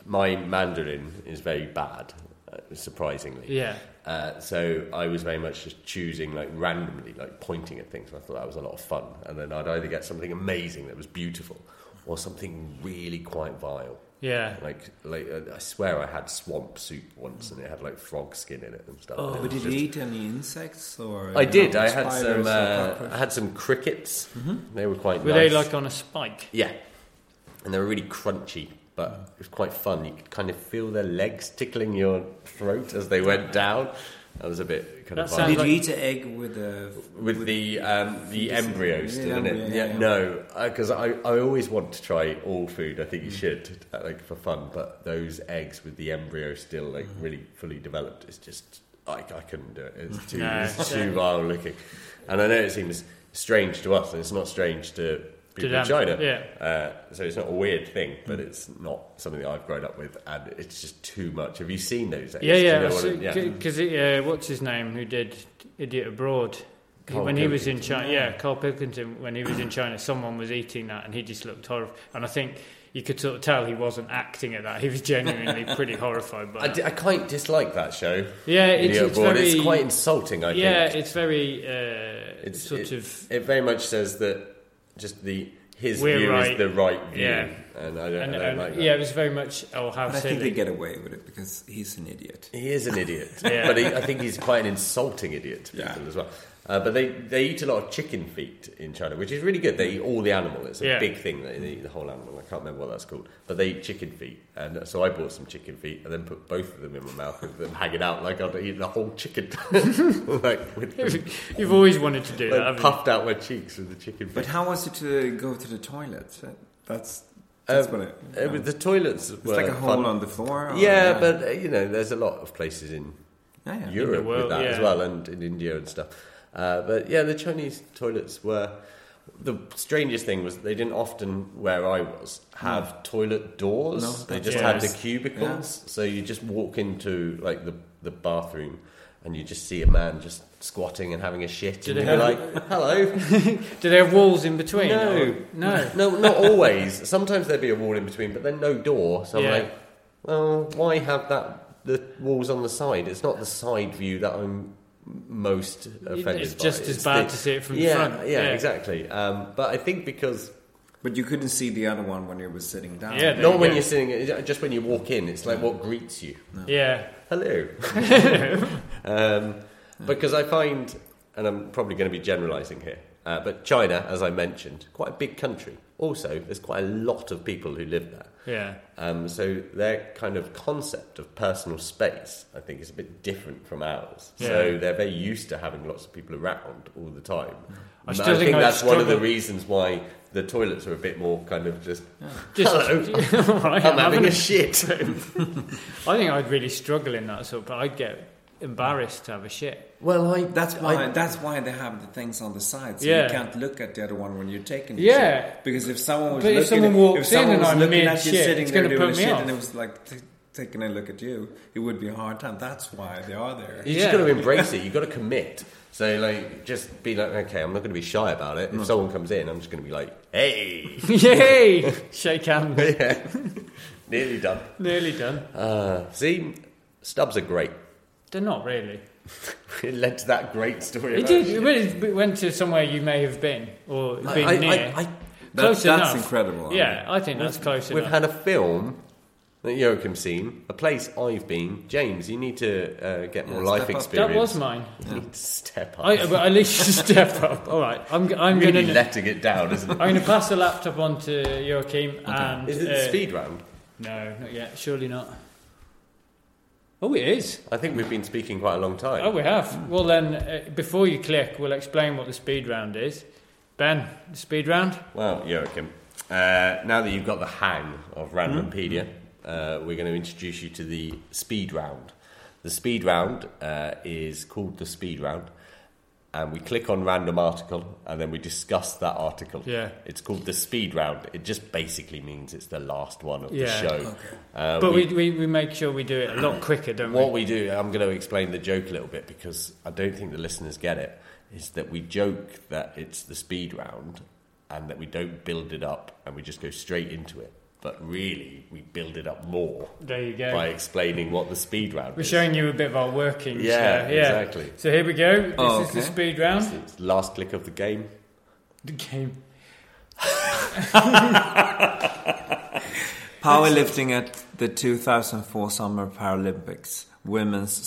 S1: my Mandarin is very bad, uh, surprisingly.
S2: Yeah.
S1: Uh, so I was very much just choosing like randomly, like pointing at things. And I thought that was a lot of fun. And then I'd either get something amazing that was beautiful, or something really quite vile.
S2: Yeah.
S1: Like, like uh, I swear I had swamp soup once, and it had like frog skin in it and stuff. and it
S3: Oh,
S2: Oh.
S3: But
S1: was
S3: did you
S1: just-
S3: eat any insects or?
S1: I did.
S3: no,
S1: I had
S3: spiders
S1: some.
S3: or
S1: Uh, I
S3: cockroaches?
S1: had some crickets.
S3: Mm-hmm.
S1: They were quite.
S2: were they
S1: nice.
S2: like on a spike?
S1: Yeah, and they were really crunchy, but it was quite fun. You could kind of feel their legs tickling your throat as they went down. That was a bit kind
S2: That
S1: of.
S2: sounds
S1: vile.
S3: Did
S2: like-
S3: you eat an egg with a?
S1: with the um, the
S3: fetus.
S1: embryo
S3: Yeah,
S1: still in
S3: embryo,
S1: it.
S3: yeah,
S1: Yeah,
S3: yeah.
S1: no, because I, I always want to try all food. I think you should uh, like for fun, but those eggs with the embryo still like really fully developed is just I, I couldn't do it. It's too
S2: No.
S1: it's too vile looking, and I know it seems strange to us, and it's not strange to people
S2: them,
S1: in China.
S2: yeah. Mm.
S1: Uh, so it's not a weird thing, but it's not something that I've grown up with, and it's just too much. Have you seen those? Eggs?
S2: Yeah,
S1: Do you
S2: yeah.
S1: know what it-
S2: Because uh, what's his name who did Idiot Abroad? He-
S1: Carl
S2: when he was in
S1: Pilkington.
S2: China, yeah, Carl Pilkington. When he was in China, someone was eating that, and he just looked horrified. And I think you could sort of tell he wasn't acting at that; he was genuinely pretty horrified by
S1: I,
S2: it.
S1: di- I quite dislike that show.
S2: Yeah, it's-
S1: Video
S2: it's
S1: Abroad.
S2: very-
S1: quite insulting. I
S2: Yeah,
S1: think
S2: it's very uh,
S1: It's-
S2: sort
S1: it,
S2: of,
S1: It very much says that just the his
S2: We're
S1: view
S2: right.
S1: is the right view,
S2: Yeah.
S1: and I don't,
S2: and,
S1: I don't
S2: and-
S1: like that.
S2: yeah, it was very much oh how
S3: But I think
S2: silly.
S3: they get away with it because he's an idiot.
S1: He is an idiot,
S2: Yeah.
S1: but he, I think he's quite an insulting idiot to
S3: Yeah.
S1: people as well. Uh, but they, they eat a lot of chicken feet in China, which is really good. They eat all the animal. It's a
S2: Yeah.
S1: big thing. They, they eat the whole animal. I can't remember what that's called. But they eat chicken feet. And uh, so I bought some chicken feet and then put both of them in my mouth with them hanging out like I'd eaten a whole chicken. like with them,
S2: You've always wanted to do that,
S1: like,
S2: haven't you?
S1: puffed out my cheeks with the chicken feet.
S3: But how was it to go to the toilet? That's that's
S1: Um,
S3: what it.
S1: uh, with the toilets
S3: it's like a hole on the floor. or-
S1: Yeah, but uh, you know, there's a lot of places in
S3: Yeah, yeah.
S1: Europe with
S2: world,
S1: that as
S2: yeah.
S1: well, and in India and stuff. Uh, but yeah, the Chinese toilets were the strangest thing was they didn't often where I was have toilet doors.
S3: Hmm. No,
S1: they
S3: that's
S1: just
S2: right.
S1: had the cubicles, so you just walk into like the the bathroom. And you just see a man just squatting and having a shit,
S2: Did
S1: and
S2: they
S1: you're like,
S2: have-
S1: "Hello."
S2: Do they have walls in between?
S1: No,
S2: or- no.
S1: no, not always. Sometimes there'd be a wall in between, but then no door. So
S2: Yeah.
S1: I'm like, well, why have that? The walls on the side. It's not the side view that I'm most offended
S2: It's
S1: by.
S2: just as bad
S1: the-
S2: to see it from the
S1: yeah,
S2: front.
S1: Yeah,
S2: Yeah.
S1: exactly. Um, but I think because
S3: But you couldn't see the other one when you were sitting down.
S2: Yeah,
S1: not when
S2: go.
S1: you're sitting, just when you walk in, it's like what greets you.
S2: Yeah.
S1: Hello. um, because I find, and I'm probably going to be generalising here, uh, but China, as I mentioned, quite a big country. Also, there's quite a lot of people who live there.
S2: Yeah.
S1: Um, so their kind of concept of personal space, I think, is a bit different from ours. So
S2: Yeah.
S1: they're very used to having lots of people around all the time.
S2: I
S1: And
S2: still think I'd
S1: that's one of the
S2: struggle-
S1: reasons why the toilets are a bit more kind of just,
S2: Just,
S1: hello,
S2: All right,
S1: I'm
S2: having
S1: having a
S2: it.
S1: shit.
S2: I think I'd really struggle in that sort, but I'd get embarrassed to have a shit.
S1: well, I,
S3: That's why. that's why they have the things on the side, so
S2: Yeah.
S3: you can't look at the other one when you're taking. the
S2: Yeah.
S3: shit. because if someone was
S2: But if
S3: looking,
S2: someone
S3: at,
S2: walks
S3: if someone
S2: in and
S3: was
S2: I'm
S3: looking
S2: mid
S3: at you
S2: shit,
S3: sitting
S2: it's
S3: there
S2: gonna
S3: doing
S2: put
S3: the
S2: me
S3: shit,
S2: off.
S3: and it was like t- taking a look at you, it would be a hard time. That's why they are there.
S1: You
S2: Yeah.
S1: just got to embrace it. You got to commit. So like, just be like, okay, I'm not going to be shy about it. If
S2: Mm.
S1: someone comes in, I'm just going to be like, hey,
S2: Yay! Shake hands.
S1: yeah, nearly done.
S2: Nearly done.
S1: Uh, see, stubs are great.
S2: They're not really.
S1: It led to that great story.
S2: It
S1: about
S2: did.
S1: shit.
S2: It really went to somewhere you may have been or
S1: I-
S2: been
S1: I-
S2: near.
S1: I- I-
S3: That's-
S2: close
S3: that's
S2: enough.
S3: incredible.
S2: Yeah, I think that's close
S1: We've
S2: enough.
S1: had a film that Joachim's seen, a place I've been. James, you need to uh, get more
S3: Yeah,
S1: life
S3: step up.
S1: experience.
S2: that was mine.
S1: You need to step up.
S2: I, but at least you step up. All right, I'm, I'm
S1: I'm really
S2: gonna
S1: letting it down, isn't it?
S2: I'm gonna pass the laptop on to Joachim and
S1: Is it the
S2: uh,
S1: speed round?
S2: No, not yet. Surely not. Oh, it is.
S1: I think we've been speaking quite a long time.
S2: Oh, we have. Well, then, uh, before you click, we'll explain what the speed round is. Ben, the speed round?
S1: Well, Joachim, uh, now that you've got the hang of Randompedia,
S2: Mm-hmm.
S1: uh, we're going to introduce you to the speed round. The speed round uh, is called the speed round, and we click on random article and then we discuss that article.
S2: Yeah.
S1: it's called the speed round. It just basically means it's the last one of
S2: Yeah.
S1: the show. Uh,
S2: But we, we, we make sure we do it a lot quicker, don't
S1: what
S2: we?
S1: we do, I'm going to explain the joke a little bit because I don't think the listeners get it, is that we joke that it's the speed round and that we don't build it up and we just go straight into it. But really, we build it up more
S2: There you go.
S1: by explaining what the speed round
S2: We're
S1: is.
S2: showing you a bit of our workings.
S1: Yeah,
S2: there. yeah.
S1: exactly.
S2: So here we go. This
S3: Oh,
S2: is the
S3: okay.
S2: speed round.
S1: It's the last click of the game.
S2: The game.
S3: Powerlifting at the 2004 Summer Paralympics, women's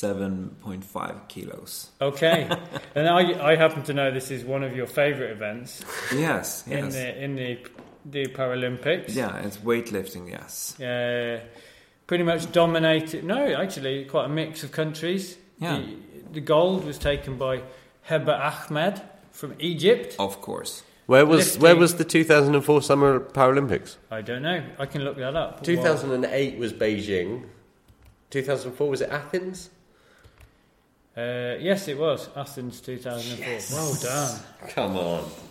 S3: 67.5 kilos.
S2: Okay. and I, I happen to know this is one of your favourite events
S3: Yes,
S2: in
S3: yes.
S2: the in the the Paralympics.
S3: yeah, it's weightlifting, yes.
S2: uh, pretty much dominated. No, actually, quite a mix of countries.
S3: Yeah.
S2: The, the gold was taken by Heba Ahmed from Egypt.
S3: Of course.
S1: Where was
S2: Lifting.
S1: where was the 2004 Summer Paralympics?
S2: I don't know. I can look that up.
S1: 2008 was Beijing. 2004 was it Athens?
S2: Uh, yes, it was Athens 2004. Well
S1: Come on.
S2: done.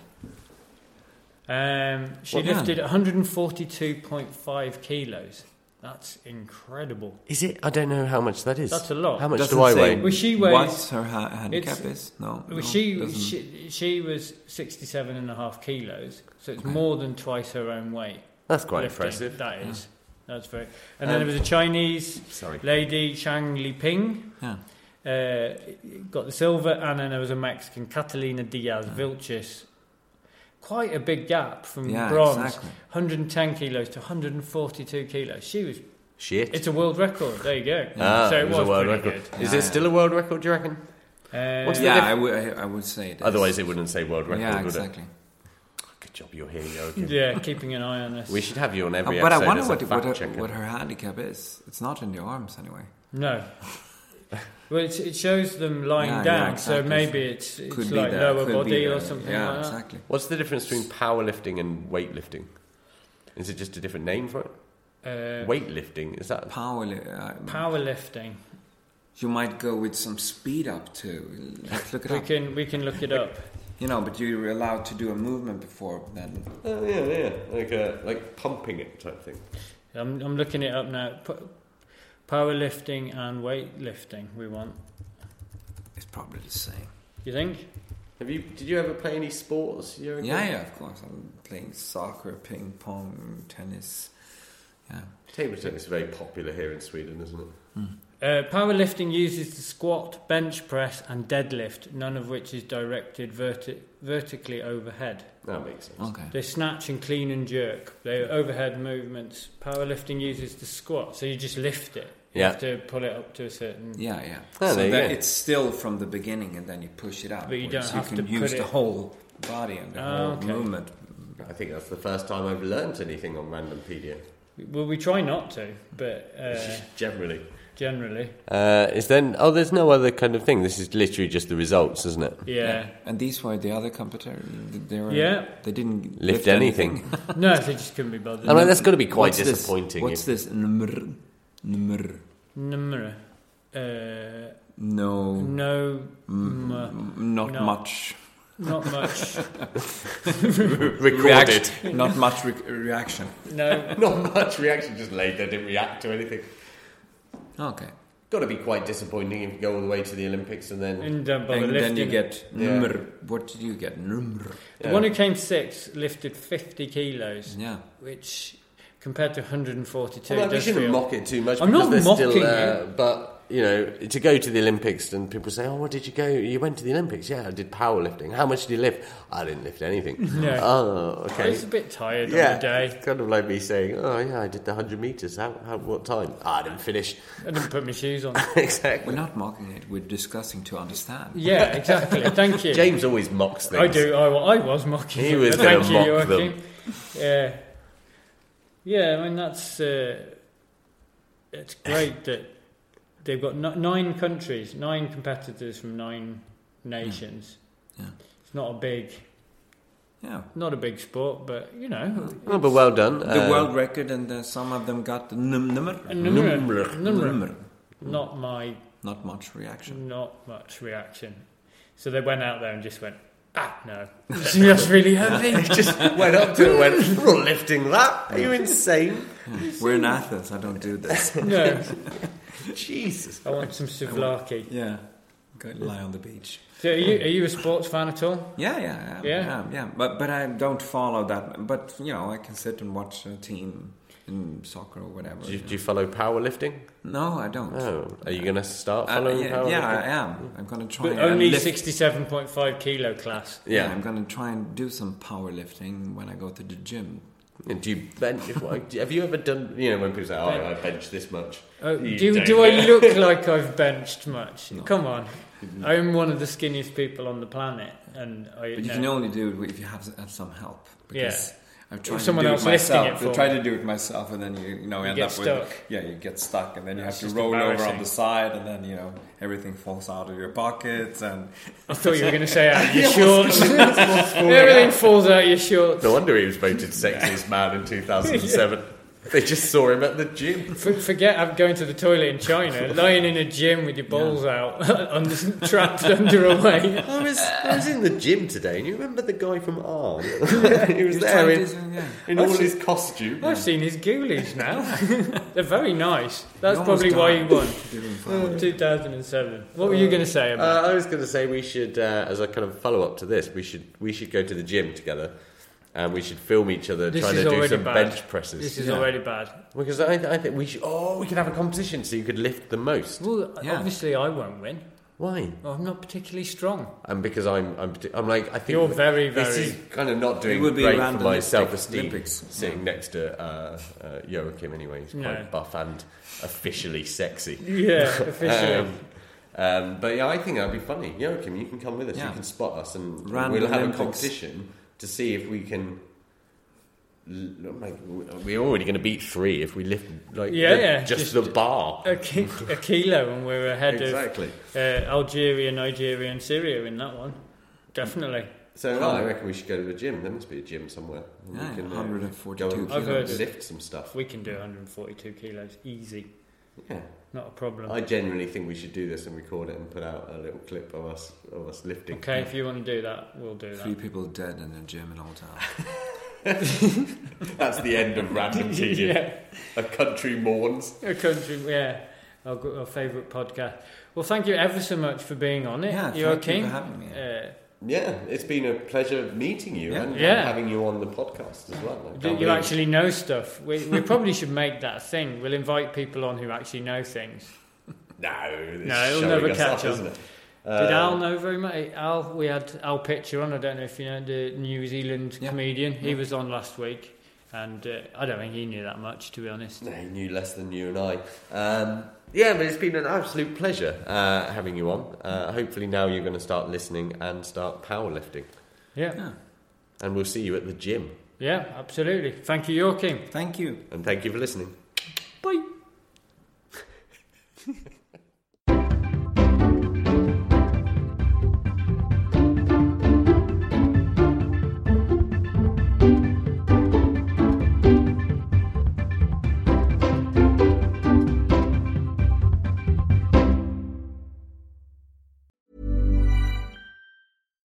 S2: Um, she
S3: Well done.
S2: lifted 142.5 kilos. That's incredible.
S1: Is it? I don't know how much that is.
S2: That's a lot.
S1: How much
S3: Doesn't
S1: do I
S3: say
S1: weigh?
S2: Well, she weighs-
S3: What her ha- handicap
S2: It's-
S3: is? No.
S2: Well,
S3: no,
S2: she,
S3: doesn't.
S2: she she was 67 and a half kilos, so it's more than twice her own weight.
S1: That's quite
S2: lifting.
S1: impressive.
S2: That is. That's very. And then there was a Chinese
S1: Sorry.
S2: lady, Chang Li Ping,
S3: Yeah.
S2: uh, got the silver, and then there was a Mexican, Catalina Diaz Vilches. Quite a big gap from
S3: Yeah,
S2: bronze,
S3: exactly.
S2: 110 kilos to 142 kilos. She was.
S1: Shit.
S2: It's a world record. There you go.
S1: Ah,
S2: so it,
S1: it was,
S2: was
S1: a world
S2: pretty Uh,
S1: record.
S2: good.
S1: Is
S3: Yeah.
S1: it still a world record? Do you reckon? What's the
S3: yeah,
S1: diff-
S3: I would. I, I would say it. is.
S1: Otherwise, it wouldn't say world record,
S3: yeah,
S1: would
S3: exactly.
S1: it? Good job, you're here, Joachim.
S2: Yeah, keeping an eye on this.
S1: We should have you on
S3: Uh,
S1: every
S3: but I
S1: episode
S3: wonder
S1: as
S3: what
S1: a
S3: what
S1: fact
S3: her,
S1: checker.
S3: what her handicap is. It's not in the arms anyway.
S2: No. Well, it, it shows them lying
S3: Yeah, yeah,
S2: down, so
S3: exactly.
S2: maybe it's, it's
S3: Could be
S2: like
S3: that,
S2: lower
S3: could be
S2: body or
S3: that.
S2: something
S3: Yeah,
S2: like that.
S3: exactly.
S1: What's the difference between powerlifting and weightlifting? Is it just a different name for it?
S2: Uh,
S1: Weightlifting is that?
S3: Power. li- Uh,
S2: powerlifting.
S3: you might go with some speed up too. Let's look it
S2: We
S3: up.
S2: can we can look it up.
S3: You know, but you're allowed to do a movement before then.
S1: Oh yeah, yeah, like uh, like pumping it type thing.
S2: I'm I'm looking it up now. P- powerlifting and weightlifting. We want.
S3: It's probably the same.
S2: You think?
S1: Have you? Did you ever play any sports? Joachim?
S3: Yeah, yeah, of course. I'm playing soccer, ping pong, tennis. Yeah.
S1: Table tennis is very popular here in Sweden, isn't it?
S2: Uh, powerlifting uses the squat, bench press, and deadlift, none of which is directed verti- vertically overhead.
S1: That makes sense.
S3: Okay.
S2: They snatch and clean and jerk. They are overhead movements. Powerlifting uses the squat, so you just lift it. You
S1: Yeah.
S2: have to pull it up to a certain.
S3: Yeah, yeah.
S1: Oh,
S3: so
S1: there you
S3: that
S1: go.
S3: it's still from the beginning, and then you push it out.
S2: But you don't
S3: so
S2: have
S3: you can
S2: to
S3: use
S2: put
S3: the
S2: it-
S3: whole body and the
S2: Ah,
S3: whole
S2: okay.
S3: movement.
S1: I think that's the first time I've learnt anything on Randompedia.
S2: Well, we try not to, but uh,
S1: Generally,
S2: generally,
S1: uh, is then oh, there's no other kind of thing. This is literally just the results, isn't it?
S2: yeah.
S3: And these were the other competitor. They were,
S2: Yeah.
S3: They didn't
S1: Lift anything.
S2: No, they just couldn't be bothered.
S1: I mean, that's got to be quite
S3: What's this?
S1: disappointing.
S3: What's
S1: if-
S3: this? Numr. Numr.
S2: Number. Uh,
S3: No.
S2: no, mu-
S3: m- Not
S2: No.
S3: much.
S2: not much.
S1: Recorded.
S3: not much re- reaction.
S2: No,
S1: Not much reaction. Just laid there. Didn't react to anything.
S3: Okay.
S1: Got to be quite disappointing if you go all the way to the Olympics and then
S2: and don't bother
S3: and
S2: lifting.
S3: then you get
S1: Yeah.
S3: numr. What did you get? Numr.
S1: uh,
S2: the one who came sixth lifted 50 kilos,
S3: Yeah.
S2: which compared to 142.
S1: Well, we
S2: does
S1: shouldn't
S2: feel-
S1: mock it too much.
S2: I'm not
S1: because there's
S2: mocking
S1: still, uh, But you know, to go to the Olympics and people say, "Oh, what did you go? You went to the Olympics? Yeah, I did powerlifting. How much did you lift? I didn't lift anything.
S2: No.
S1: Oh,
S2: I
S1: okay.
S2: was a bit tired on
S1: yeah,
S2: the day.
S1: It's kind of like me saying, "Oh, yeah, I did the hundred meters. How? how what time? Ah, I didn't finish.
S2: I didn't put my shoes on.
S1: exactly.
S3: We're not mocking it. We're discussing to understand.
S2: Yeah, exactly. Thank you.
S1: James always mocks things.
S2: I do. I, wa- I was mocking.
S1: He
S2: them,
S1: was
S2: but thank
S1: gonna
S2: you,
S1: mock them.
S2: Joachim. Yeah. Yeah, I mean that's uh, it's great that they've got n- nine countries, nine competitors from nine
S1: Hmm.
S2: nations.
S3: Yeah.
S2: It's not a big,
S3: Yeah.
S2: not a big sport, but you know,
S1: Oh, but well done.
S3: The
S1: Uh,
S3: world record, and uh, some of them got the num- numr.
S2: numr.
S3: Numr.
S2: Numr.
S3: Numr.
S2: not my,
S3: Not much reaction.
S2: not much reaction. So they went out there and just went, ah, no, that's really heavy.
S1: just went up to it and went, You're not lifting that? Are you insane?
S3: We're in Athens. I don't do this.
S2: no,
S1: Jesus.
S2: I want some souvlaki.
S3: yeah. Go lie on the beach.
S2: So are you, are you a sports fan at all?
S3: Yeah, yeah, yeah,
S2: Yeah.
S3: yeah, yeah, But but I don't follow that. But you know, I can sit and watch a team in soccer or whatever.
S1: Do you, do you follow powerlifting?
S3: no, I don't.
S1: Oh, are you going to start
S3: Uh,
S1: following
S3: yeah,
S1: powerlifting?
S3: yeah, I am. I'm gonna try.
S2: But
S3: and
S2: only
S3: lift-
S2: sixty-seven point five kilo class.
S3: Yeah.
S1: Yeah.
S3: I'm gonna try and do some powerlifting when I go to the gym.
S1: And do you bench? if- like, do- have you ever done? You know, when people say, "Oh, I bench this much."
S2: Oh,
S1: You
S2: do
S1: don't.
S2: do I look like I've benched much? Come on, I'm one of the skinniest people on the planet, and I.
S3: Mm-hmm. But you
S2: no.
S3: can only do it if you have, have some help. Because
S2: Yeah.
S3: I've tried
S2: someone
S3: to do
S2: else
S3: it
S2: lifting
S3: myself.
S2: it for
S3: I tried
S2: me.
S3: to do it myself, and then you, you know end
S2: get
S3: up
S2: stuck.
S3: with yeah, you get stuck, and then you have to
S2: just
S3: roll over on
S2: embarrassing.
S3: the side, and then you know everything falls out of your pockets, and
S2: I thought you were going to say out of your shorts. Everything falls out of your shorts.
S1: No wonder he was voted sexiest man in 2007. They just saw him at the gym.
S2: F- forget I'm going to the toilet in China, lying in a gym with your balls out, under, trapped under a weight.
S1: I was I was in the gym today, and you remember the guy from Arm? he was there
S3: trying
S1: in,
S3: to- yeah.
S1: in all his costume.
S2: I've seen his ghoulies now. They're very nice. That's
S3: You
S2: probably
S3: almost
S2: why he
S3: died
S2: won. Oh,
S3: doing powerlifting.
S2: 2007. What were you going to say about
S1: Uh, I was going to say we should, uh, as a kind of follow up to this, we should we should go to the gym together, and we should film each other
S2: This
S1: trying
S2: is
S1: to do
S2: already
S1: some
S2: bad.
S1: bench presses.
S2: This is
S3: Yeah.
S2: already bad.
S1: because I, I think we should. Oh, we could have a competition so you could lift the most.
S2: Well,
S3: Yeah.
S2: obviously I won't win.
S1: Why?
S2: Well, I'm not particularly strong.
S1: And because I'm, I'm, parti- I'm like, I think
S2: You're very,
S1: This
S2: very-
S1: is kind of not doing
S3: It would be
S1: great for
S3: random
S1: my
S3: Olympics-
S1: self-esteem.
S3: Olympics.
S1: Sitting next to uh, uh, Joachim, anyway, he's quite
S2: No.
S1: buff and officially sexy.
S2: Um, Yeah, officially.
S1: Um, Um, but yeah, I think that'd be funny. Joachim, you can come with us.
S3: Yeah.
S1: You can spot us, and
S3: Random
S1: we'll have
S3: Olympics.
S1: a competition to see if we can. l- Like, we're already going to beat three if we lift like
S2: Yeah,
S1: the-
S2: yeah,
S1: just,
S2: just-
S1: the bar.
S2: A, ki- a kilo, and we're ahead
S1: Exactly.
S2: of uh, Algeria, Nigeria, and Syria in that one. Definitely.
S1: So
S3: Oh.
S1: I reckon we should go to the gym. There must be a gym somewhere. and
S3: Yeah,
S1: uh, go
S3: 142
S1: and
S2: I've heard of-
S1: lift some stuff.
S2: We can do 142 kilos easy.
S1: Yeah.
S2: Not a problem.
S1: I genuinely think we should do this and record it and put out a little clip of us of us lifting.
S2: okay, if you want to do that, we'll do
S3: Three
S2: that.
S3: people dead in a gym in Old Town.
S1: That's the end of random TV.
S2: yeah,
S1: A country mourns.
S2: a country. Yeah, our, gr- our favourite podcast. Well, thank you ever so much for being on it.
S3: Yeah, thank
S2: You're
S3: you
S2: okay?
S3: for having me.
S2: Uh,
S1: Yeah, it's been a pleasure meeting you and, and
S2: Yeah.
S1: having you on the podcast as well. I
S2: Do
S1: can't
S2: you
S1: believe-
S2: actually know stuff. We, we probably should make that a thing. We'll invite people on who actually know things.
S1: No,
S2: No,
S1: it's
S2: it'll
S1: showing
S2: never
S1: us
S2: catch on.
S1: isn't it?
S3: Uh,
S2: Did Al know very much? Al, we had Al Pitcher on. I don't know if you know the New Zealand
S3: Yeah.
S2: comedian. He was on last week, and uh, I don't think he knew that much, to be honest.
S1: No, he knew less than you and I. Um, yeah, but it's been an absolute pleasure uh, having you on. Uh, hopefully now you're going to start listening and start powerlifting,
S2: Yeah,
S1: and we'll see you at the gym.
S2: yeah, absolutely. Thank you, Joachim.
S3: Thank you.
S1: And thank you for listening.
S2: Bye.